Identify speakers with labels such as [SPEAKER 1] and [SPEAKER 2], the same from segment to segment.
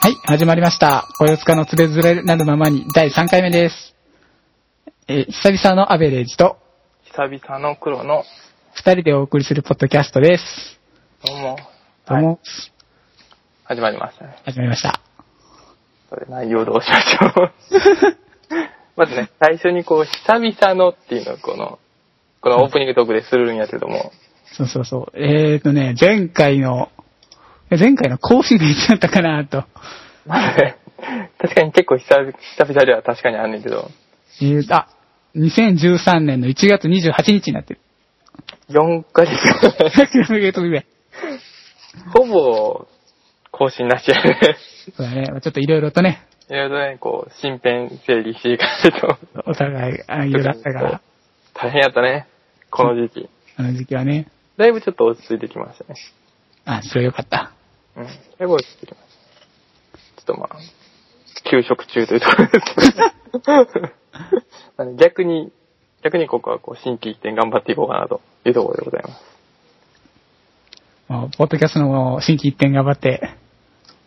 [SPEAKER 1] はい、始まりました。およつかのつれづれなるままに第3回目です。えー久々のアベレージと
[SPEAKER 2] 久々の黒の、
[SPEAKER 1] 2人でお送りするポッドキャストです。
[SPEAKER 2] どうも、
[SPEAKER 1] どうも、
[SPEAKER 2] 始まりましたね。
[SPEAKER 1] 始まりました。
[SPEAKER 2] それ内容どうしましょう。 まずね、最初にこう、久々のっていうのをこの、このオープニングトークでするんやけども、
[SPEAKER 1] そうそうそう。えーとね、前回の、え前回の更新がいつだったかなと。
[SPEAKER 2] まずね、確かに結構久々久々では確かにあんねんけど、
[SPEAKER 1] えーと、あ、2013年の1月28日になってる。
[SPEAKER 2] 4ヶ 月ほぼ、更新なしやね。
[SPEAKER 1] そうだね、ちょっといろいろとね、
[SPEAKER 2] いろいろね、こう、新編整理していかないと、
[SPEAKER 1] お互い、あいろいろあったから、
[SPEAKER 2] 大変やったね、この時期。
[SPEAKER 1] あの時期はね、
[SPEAKER 2] だいぶちょっと落ち着いてきましたね。
[SPEAKER 1] あ、それよかった。
[SPEAKER 2] うん。だいぶ落ち着いてきました。ちょっとまあ、休職中というところですけどまあね。逆に、逆にここはこう、新規一点頑張っていこうかなというところでございます。
[SPEAKER 1] もう、ポッドキャストのもう新規一点頑張って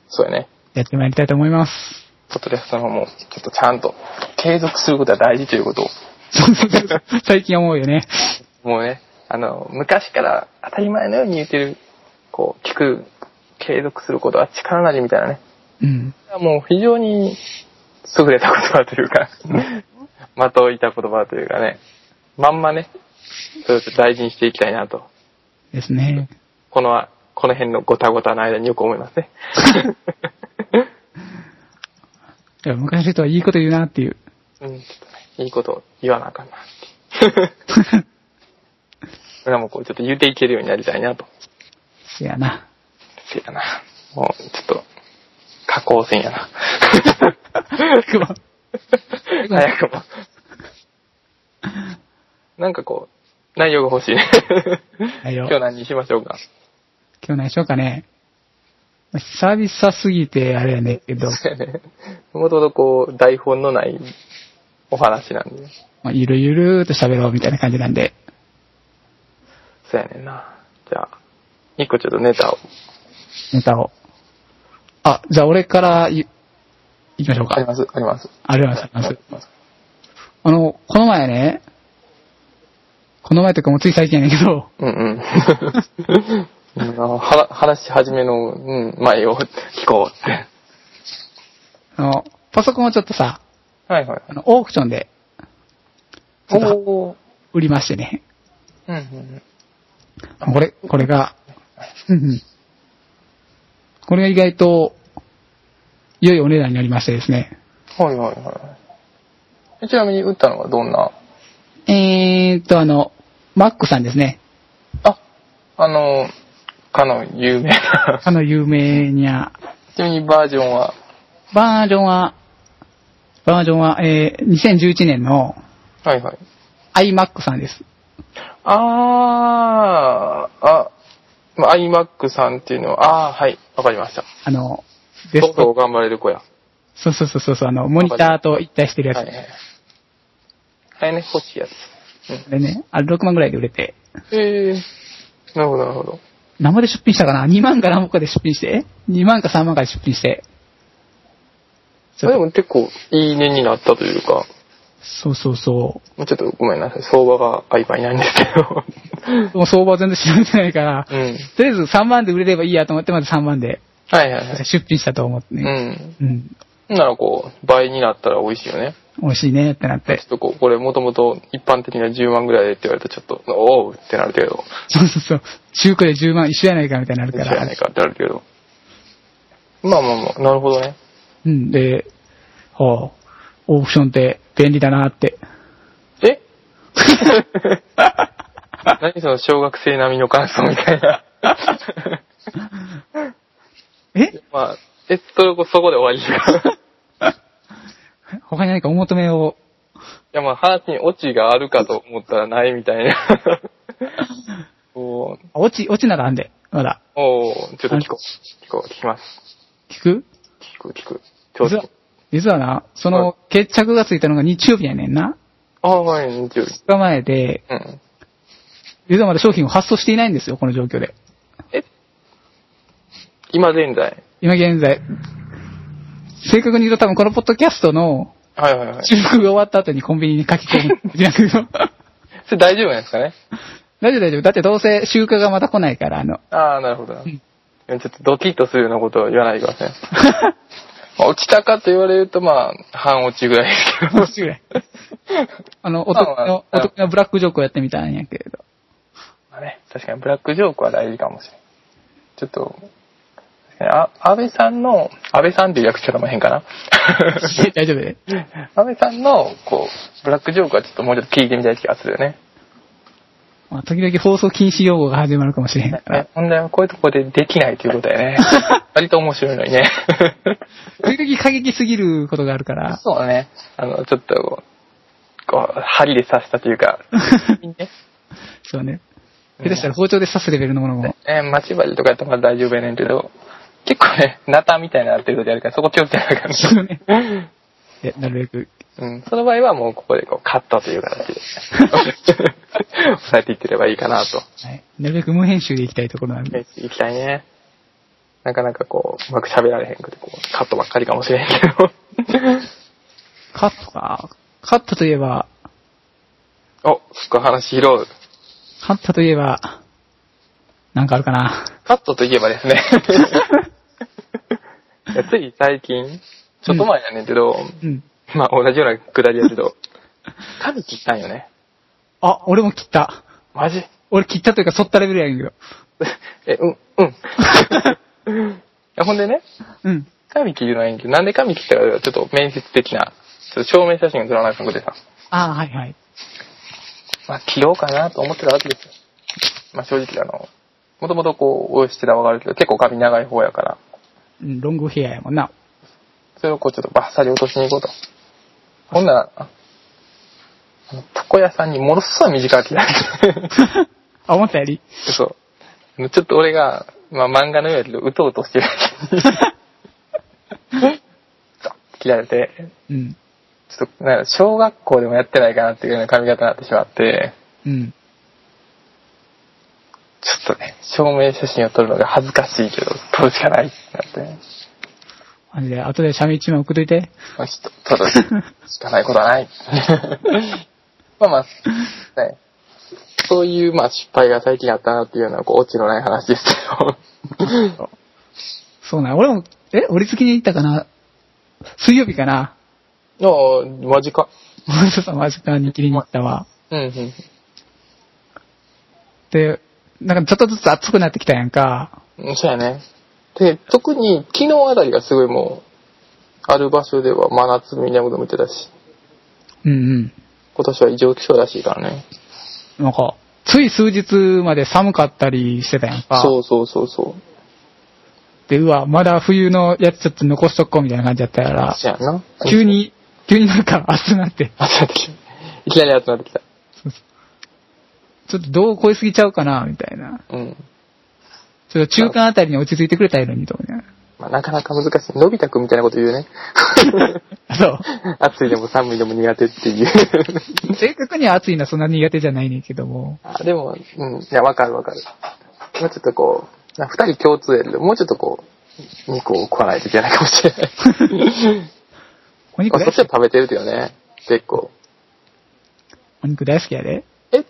[SPEAKER 2] そうやね。
[SPEAKER 1] やってまいりたいと思います。
[SPEAKER 2] ポッドキャストの方も、ちょっとちゃんと、継続することは大事ということを、
[SPEAKER 1] そうそうそう最近思うよね。
[SPEAKER 2] もうね、あの、昔から当たり前のように言ってる、こう、聞く、継続することは力なりみたいなね。
[SPEAKER 1] うん。
[SPEAKER 2] もう非常に優れた言葉というか、まといた言葉というかね、まんまね、それをちょっと大事にしていきたいなと、
[SPEAKER 1] ですね。
[SPEAKER 2] この、この辺のごたごたの間によく思いますね。
[SPEAKER 1] いや昔の人はいいこと言うなっていう。
[SPEAKER 2] うん、ちょっとね、いいことを言わなあかんなって いう。俺らもこう、ちょっと言うていけるようになりたいなと。
[SPEAKER 1] せやな。
[SPEAKER 2] せやな。もう、ちょっと、加工せんやな。
[SPEAKER 1] くま
[SPEAKER 2] 早くも。なんかこう、内容が欲しいね。
[SPEAKER 1] 内容
[SPEAKER 2] 今日何にしましょうか。
[SPEAKER 1] 今日何しようかね。久々すぎてあれやねんけど、
[SPEAKER 2] もともとこう、台本のないお話なんで。
[SPEAKER 1] まあ、ゆるゆるーっと喋ろうみたいな感じなんで。
[SPEAKER 2] そうやねんな。じゃあ、一個ちょっとネタを。
[SPEAKER 1] ネタを。あ、じゃあ俺からい、いきましょう
[SPEAKER 2] あり
[SPEAKER 1] か。
[SPEAKER 2] ます、あります。
[SPEAKER 1] ありがとうございます。あの、この前ね、この前というかもうつい最近やねんけど、
[SPEAKER 2] うんうん。うん あのは話し始めの、うん、前を聞こうって。
[SPEAKER 1] あの、パソコンをちょっとさ、
[SPEAKER 2] はいはい。
[SPEAKER 1] あの、オークションでちょっと
[SPEAKER 2] おー。
[SPEAKER 1] 売りましてね。
[SPEAKER 2] うんうん
[SPEAKER 1] これ、これが、うんうん これが意外と、良いお値段になりましてですね。
[SPEAKER 2] うん。はいはいはい。ちなみに打ったのはどんな
[SPEAKER 1] えーっと、あの、マックさんですね。
[SPEAKER 2] あ、あの、かの有名な。
[SPEAKER 1] あの有名にゃ、
[SPEAKER 2] ちなみにバージョンは、
[SPEAKER 1] バージョンは、バージョンは、えー、2011年の
[SPEAKER 2] はいはい。
[SPEAKER 1] iMac さんです。
[SPEAKER 2] あー、あ、まあ、iMac さんっていうのは、あー、はい、わかりました。
[SPEAKER 1] あの、ベ
[SPEAKER 2] そう
[SPEAKER 1] ス
[SPEAKER 2] そ
[SPEAKER 1] ト、
[SPEAKER 2] う頑張れる子や。は
[SPEAKER 1] そうそうそうそうそう、あの、モニターと一体してる
[SPEAKER 2] い
[SPEAKER 1] やつ。
[SPEAKER 2] はいはい。あれね、欲しいやつ。
[SPEAKER 1] これね、あれ6万ぐらいで売れて、
[SPEAKER 2] えー、なるほどなるほど。
[SPEAKER 1] 生で出品したかな ?2 万か何本かで出品して、2万か3万かで出品して。ち
[SPEAKER 2] あ
[SPEAKER 1] ょっ
[SPEAKER 2] で
[SPEAKER 1] と
[SPEAKER 2] も結構いい値になったというか、
[SPEAKER 1] そうそうそ
[SPEAKER 2] もうちょっとごめんなさい、相場が相場いないんですけ ど。
[SPEAKER 1] う。もう相場は全然調べてないから、
[SPEAKER 2] うん。
[SPEAKER 1] とりあえず3万で売れればいいやと思って、まず3万で
[SPEAKER 2] はいはいはい。
[SPEAKER 1] 出品したと思って
[SPEAKER 2] う
[SPEAKER 1] ね。
[SPEAKER 2] ん。
[SPEAKER 1] うん。
[SPEAKER 2] ならこう、倍になったら美味しいよね。
[SPEAKER 1] 美味しいねってなっ
[SPEAKER 2] ちょ
[SPEAKER 1] て
[SPEAKER 2] っ。とこう、これもともと一般的な10万ぐらいでって言われるとちょっと、おうってなるけど、
[SPEAKER 1] そうそうそう。中古で10万一緒やないかみたいになる
[SPEAKER 2] 一
[SPEAKER 1] か
[SPEAKER 2] 緒やな
[SPEAKER 1] ら
[SPEAKER 2] い。かってなるけど。まあまあまあ、なるほどね。
[SPEAKER 1] うん。で、ほう、オークションって便利だなって。
[SPEAKER 2] え何その小学生並みの感想みたいな。
[SPEAKER 1] え
[SPEAKER 2] まあ、え、それこそこで終わりですかい
[SPEAKER 1] 他に何かお求めを、
[SPEAKER 2] やまあ話にオチがあるかと思ったらないみたいな。おー
[SPEAKER 1] 落ち、落ちならあんで、まだ。
[SPEAKER 2] おーちょっと聞こう。聞こう、聞きます。
[SPEAKER 1] 聞く
[SPEAKER 2] 聞く、聞く。ちょ
[SPEAKER 1] 実
[SPEAKER 2] うど
[SPEAKER 1] は。、実はな、その決着がついたのが日曜日やねんな。
[SPEAKER 2] ああ、はい、日曜日。
[SPEAKER 1] 2日前で、
[SPEAKER 2] うん。
[SPEAKER 1] 実はまだ商品を発送していないんですよ、この状況で。
[SPEAKER 2] 今現在。
[SPEAKER 1] 今現在、正確に言うと多分このポッドキャストの
[SPEAKER 2] はいはいはい。
[SPEAKER 1] 収録が終わった後にコンビニに書き込む。
[SPEAKER 2] それ大丈夫なんですかね
[SPEAKER 1] 大丈夫大丈夫。だってどうせ収穫がまた来ないから、あの。
[SPEAKER 2] ああ、なるほどな。ちょっとドキッとするようなことは言わないでください。まあ落ちたかと言われると、まあ、半落ちぐらいですけ ど。
[SPEAKER 1] 面 白い。 あの、お得
[SPEAKER 2] まあま
[SPEAKER 1] の、
[SPEAKER 2] あ
[SPEAKER 1] お得なブラックジョークをやってみたんやけれど。
[SPEAKER 2] まあね、確かにブラックジョークは大事かもしれない。ちょっと、確かにあ安倍さんの、安倍さんっていう略し方も変 かな。
[SPEAKER 1] 大丈夫で。
[SPEAKER 2] 安倍さんの、こう、ブラックジョークはちょっともうちょっと聞いてみたい気がするよね。
[SPEAKER 1] まあ、時々放送禁止用語が始まるかもしれへんから
[SPEAKER 2] ね。問題はこういうとこでできないということだよ ね。割と面白いのにね。
[SPEAKER 1] 時々過激すぎることがある から。
[SPEAKER 2] そうだね。あの、ちょっと、こう、針で刺したというか、ね
[SPEAKER 1] そうね。下手したら包丁で刺すレベルのものも。
[SPEAKER 2] えー、待ち針とかやったらまだ大丈夫やねんけど、結構ね、ナタみたいになってる時あるから、そこ気をつけなきゃい
[SPEAKER 1] そう ね。
[SPEAKER 2] けない。
[SPEAKER 1] でなるべく。
[SPEAKER 2] うん、その場合はもうここでこうカットという形 で、抑えていってればいいかなと。
[SPEAKER 1] はい。なるべく無編集でいきたいところなんで。
[SPEAKER 2] いきたいね。なかなかこう、うまく喋られへんくて、こう、カットばっかりかもしれんけ ど。
[SPEAKER 1] カットか。カットといえば、
[SPEAKER 2] お、すごい話拾う。
[SPEAKER 1] カットといえば、なんかあるかな。
[SPEAKER 2] カットといえばです ね。いやつい最近、ちょっと前やねんけど、
[SPEAKER 1] うん。
[SPEAKER 2] まあ同じようなくだりやけ ど、髪切ったんよね。
[SPEAKER 1] あ、俺も切った。
[SPEAKER 2] マジ
[SPEAKER 1] 俺切ったというか、剃ったレベルやねんけど。
[SPEAKER 2] え、うん、 うん。いやほんでね、
[SPEAKER 1] うん。
[SPEAKER 2] 髪切るのはいいんけど、なんで髪切ったかというとちょっと面接的な、ちょっと証明写真を撮らなくてさ、
[SPEAKER 1] ああ、はいはい。
[SPEAKER 2] まあ切ろうかなと思ってたわけですよ。まあ正直あの、もともとこう、応援してたらわかるけど、結構髪長い方やから、
[SPEAKER 1] うん、ロングヘアやもんな。
[SPEAKER 2] それをこうちょっとバッサリ落としに行こうと。ほんなら、ああの床屋さんにものすごい短く切られ て、
[SPEAKER 1] あ、思ったより。
[SPEAKER 2] そう。あのちょっと俺が、まあ漫画のようやけど、うとうとしてる間にザッと切られて、
[SPEAKER 1] うん。
[SPEAKER 2] ちょっと、なんか小学校でもやってないかなっていうような髪型になってしまって、
[SPEAKER 1] うん。
[SPEAKER 2] ちょっとね、証明写真を撮るのが恥ずかしいけど、撮るしかないってなって、ね、
[SPEAKER 1] マジで、後でシャメ一枚送っといて。
[SPEAKER 2] まあちょっと撮るしかないことはない。 まあまあ、ね、そういう、まあ失敗が最近あったなっていうのは、こう、オチのない話ですけど。
[SPEAKER 1] そうなん。俺も、え、折り付きに行ったかな水曜日かな
[SPEAKER 2] ああ、マジか。
[SPEAKER 1] そうそう、マジかに切りに行ったわ。
[SPEAKER 2] うん、うん。
[SPEAKER 1] で、なんかちょっとずつ暑くなってきたやんか。
[SPEAKER 2] うんそうやね。で、特に昨日あたりがすごいもう、ある場所では真夏みんなこと見てたし、
[SPEAKER 1] うん
[SPEAKER 2] 今年は異常気象らしいからね。
[SPEAKER 1] うん。なんか、つい数日まで寒かったりしてたやんか。
[SPEAKER 2] そうそうそうそう。
[SPEAKER 1] で、うわ、まだ冬のやつちょっと残しとこうみたいな感じだったから、
[SPEAKER 2] そうやんな。
[SPEAKER 1] 急。に、急になんか暑くなって、
[SPEAKER 2] 暑くなってきた。 いきなり暑くなってきた。
[SPEAKER 1] ちょっとどう超えすぎちゃうかな、みたいな。
[SPEAKER 2] うん。
[SPEAKER 1] ちょっと中間あたりに落ち着いてくれたらいいのに、と思いながら。
[SPEAKER 2] まあ、なかなか難しい。のび太くんみたいなこと言う ね。
[SPEAKER 1] あ そう。
[SPEAKER 2] 暑いでも寒いでも苦手っていう。
[SPEAKER 1] 正確には暑いのはそんな苦手じゃないねんけども。
[SPEAKER 2] あでも、うん。いや、わかるわかる。もうちょっとこう、な二人共通やけど、もうちょっとこう、肉を食わないといけないかもしれない。
[SPEAKER 1] お肉
[SPEAKER 2] あ、そ
[SPEAKER 1] 大
[SPEAKER 2] っちは
[SPEAKER 1] 好き
[SPEAKER 2] 食べてるけどね。結構。
[SPEAKER 1] お肉大好きやで。
[SPEAKER 2] え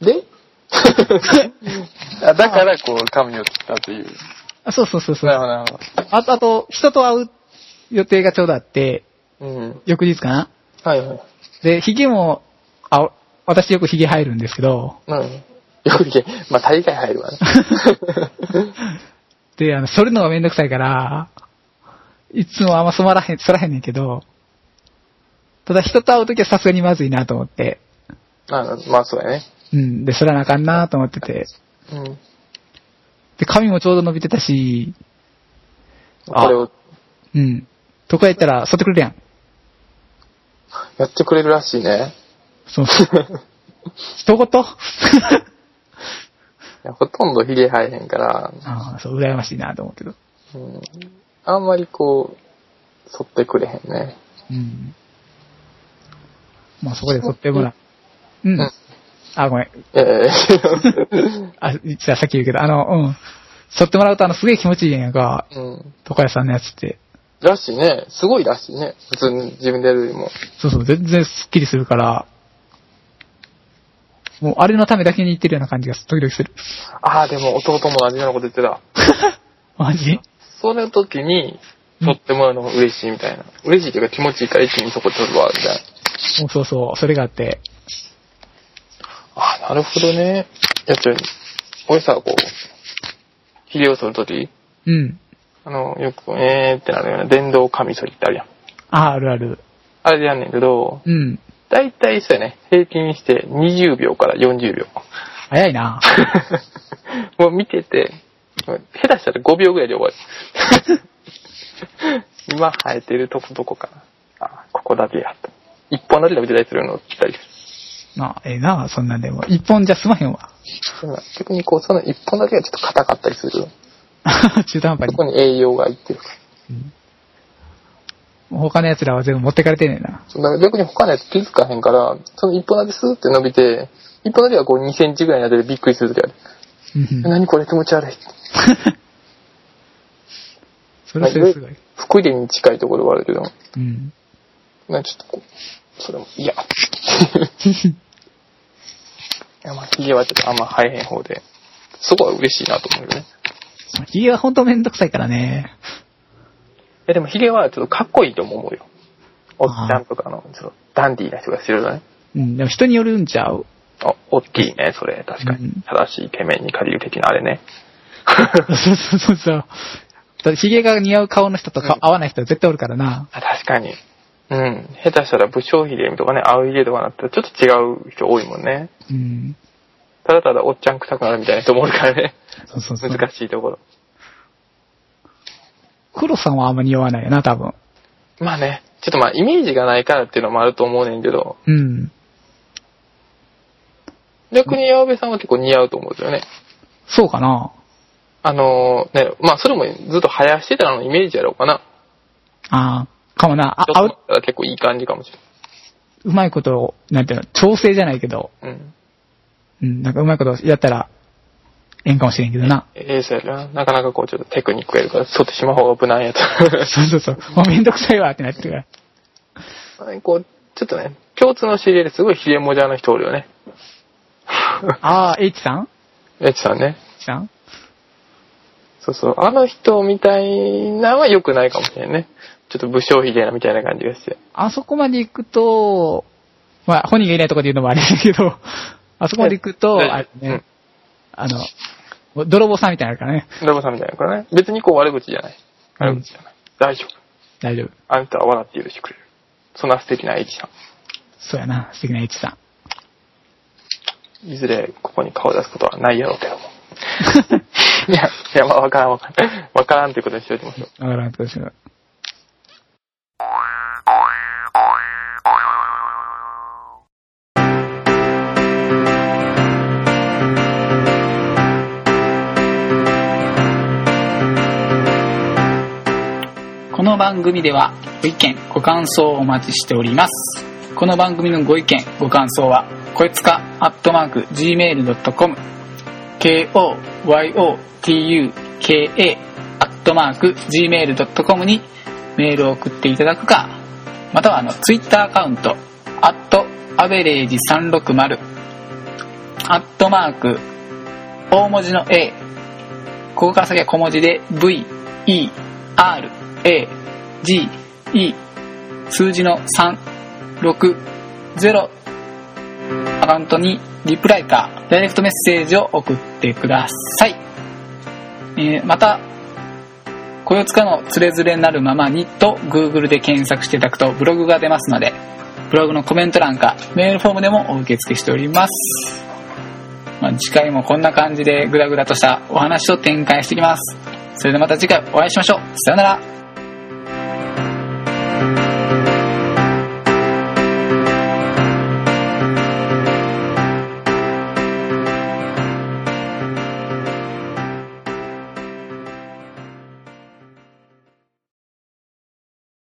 [SPEAKER 2] で あだから、こう、髪を切ったという。
[SPEAKER 1] あ、そうそうそうそう。
[SPEAKER 2] なるほど、なるほ
[SPEAKER 1] あと、あと、人と会う予定がちょうどあって、
[SPEAKER 2] ど。うん。
[SPEAKER 1] 翌日かな。
[SPEAKER 2] はいはい。
[SPEAKER 1] で、髭も、あ、私よく髭生えるんですけど、
[SPEAKER 2] うん。 よく言け、まあ、大概入る わね。
[SPEAKER 1] で、あの、剃るのがめんどくさいから、いつもあんま染まらへん、剃らへんねんけど、ただ人と会うときはさすがにまずいなと思って、
[SPEAKER 2] あまあ、そうやね。
[SPEAKER 1] うん、で、剃らなあかんなと思ってて、
[SPEAKER 2] うん。
[SPEAKER 1] で、髪もちょうど伸びてたし、あ
[SPEAKER 2] これを
[SPEAKER 1] うん、とか言ったら剃ってくれるやん。
[SPEAKER 2] やってくれるらしいね。
[SPEAKER 1] そう。 一言
[SPEAKER 2] いやほとんどヒゲ生えへんから、
[SPEAKER 1] ああ、そう、羨ましいなと思うけど。
[SPEAKER 2] うん。あんまりこう、剃ってくれへんね。
[SPEAKER 1] うん。まあそこで撮ってもらう。うん。
[SPEAKER 2] うん
[SPEAKER 1] あ、ごめん。
[SPEAKER 2] ええ
[SPEAKER 1] あ、じゃあさっき言うけど、あの、うん。撮ってもらうと、あの、すげえ気持ちいいやんか、
[SPEAKER 2] うん。
[SPEAKER 1] 床屋さんのやつって。
[SPEAKER 2] らしいね。すごいらしいね。普通に自分でやるよりも。
[SPEAKER 1] そうそう、全然スッキリするから、もうあれのためだけに行ってるような感じが時々する。
[SPEAKER 2] ああ、でも弟も同じようなこと言ってた。
[SPEAKER 1] マジ
[SPEAKER 2] その時に、撮ってもらうのが嬉しいみたいな。嬉しいというか気持ちいいから一気にそこ撮るわ、みたいな。
[SPEAKER 1] もうそうそう、それがあって。
[SPEAKER 2] ああ、なるほどね。いや、ちょ、俺さ、こう、ヒゲを剃る時
[SPEAKER 1] うん。
[SPEAKER 2] あの、よく、えーってなるような電動カミソリってあるやん。
[SPEAKER 1] あ、あるある。
[SPEAKER 2] あれでやんねんけど、
[SPEAKER 1] うん。
[SPEAKER 2] だいたいそうやね、平均して20秒から40秒。
[SPEAKER 1] 早いな。
[SPEAKER 2] もう見てて、下手したら5秒ぐらいで終わる。 今生えてるとこどこかな。あ、ここだけやと。一本だけ伸びてたりするのを切ったりする。
[SPEAKER 1] なええな、そんなんでも。一本じゃ済まへんわ。
[SPEAKER 2] でも逆にこう、その一本だけがちょっと硬かったりする。
[SPEAKER 1] 中途半端
[SPEAKER 2] そ
[SPEAKER 1] に
[SPEAKER 2] こ。に栄養がいってるから。
[SPEAKER 1] 他の奴らは全部持ってかれてんねんな。
[SPEAKER 2] そうだから逆に他のやつ気づかへんから、その一本だけスーって伸びて、一本だけがこう2センチぐらいになっててびっくりする時ある。
[SPEAKER 1] うん うん
[SPEAKER 2] 何これ気持ち悪い。
[SPEAKER 1] それはそれすごい。
[SPEAKER 2] 福井に近いところはあるけど、
[SPEAKER 1] うん。
[SPEAKER 2] なんかちょっとこう、それも、 いや。いや、まあ、ヒゲはちょっとあんま生えへん方で、そこは嬉しいなと思うよね。
[SPEAKER 1] ヒゲはほんとめんどくさいからね。
[SPEAKER 2] いや、でもヒゲはちょっとかっこいいとも思うよ。おっちゃんとかの、ちょっとダンディーな人が知るとね。
[SPEAKER 1] うん、でも人によるんちゃう
[SPEAKER 2] あ、おっきいね、それ。確か
[SPEAKER 1] う
[SPEAKER 2] に
[SPEAKER 1] ん。
[SPEAKER 2] 正しいイケメンに借りる的なあれね。
[SPEAKER 1] そうそうそうそう。だってヒゲが似合う顔の人とか
[SPEAKER 2] うん
[SPEAKER 1] 合わない人絶対おるからな。
[SPEAKER 2] あ確かに。うん。下手したら武将ヒゲとかね、青ヒゲとかなったらちょっと違う人多いもんね。
[SPEAKER 1] うん。
[SPEAKER 2] ただただおっちゃん臭くなるみたいな人もおるからね。
[SPEAKER 1] そうそうそう。
[SPEAKER 2] 難しいところ。
[SPEAKER 1] 黒さんはあんま似合わないよな、多分。
[SPEAKER 2] まあね、ちょっとまあイメージがないからっていうのもあると思うねんけど、
[SPEAKER 1] うん。
[SPEAKER 2] 逆に矢部さんは結構似合うと思うんですよね。
[SPEAKER 1] そうかな。
[SPEAKER 2] あのーね、まあそれもずっと生やしてたののイメージやろうかな。
[SPEAKER 1] ああ、かもな。あ、
[SPEAKER 2] ち
[SPEAKER 1] あ
[SPEAKER 2] ょっ
[SPEAKER 1] う
[SPEAKER 2] とだったら結構いい感じかもし
[SPEAKER 1] うまいことを、なんていうの、調整じゃないけど、
[SPEAKER 2] れん。うん。
[SPEAKER 1] うん、なんかうまいことやったら、ええんかもしれんけどな。
[SPEAKER 2] ええそうやな。なかなかこうちょっとテクニックやるから、剃ってしまう方が無難やと。
[SPEAKER 1] そうそうそう。もうめんどくさいわってなってるから。
[SPEAKER 2] まあね こう、ちょっとね、共通の知り合いですごいヒゲもじゃの人おるよね。
[SPEAKER 1] ああ、H さん
[SPEAKER 2] エッチさんね。
[SPEAKER 1] ?H さん
[SPEAKER 2] そうそう。あの人みたいなは良くないかもしれんね。ちょっと武将ヒゲなみたいな感じがして。
[SPEAKER 1] あそこまで行くと、まあ、本人がいないとこで言うのもあれだけど、あそこまで行くと、
[SPEAKER 2] ええ
[SPEAKER 1] あれね、あの、泥棒さんみたいになるからね。
[SPEAKER 2] ロボさんみたいなのかね。別にこう悪口じゃない。悪口じゃない。大丈夫。
[SPEAKER 1] 大丈夫。
[SPEAKER 2] あんたは笑って許してくれる。そんな素敵な H さ
[SPEAKER 1] そうやな、素敵な H さん。
[SPEAKER 2] ん。いずれここに顔出すことはないやろうけども。いや、いや、まあわからんわからん。わからんということにしておきましょう。
[SPEAKER 1] だからんけどしないこの番組ではご意見ご感想をお待ちしておりますこの番組のご意見ご感想はこいつかアットマーク gmail.com koyoutuka アットマーク gmail.com にメールを送っていただくか、またはあの、ツイッターアカウント、アットアベレージ360、アットマーク、大文字の A、ここから先は小文字で V、E、R、A、G、E、数字の3、6、0、アカウントにリプライかダイレクトメッセージを送ってください。えーまた、こよつかのつれづれになるままにと Google で検索していただくとブログが出ますので、ブログのコメント欄かメールフォームでもお受け付けしております。まあ、次回もこんな感じでグダグダとしたお話を展開していきます。それではまた次回お会いしましょう。さようなら。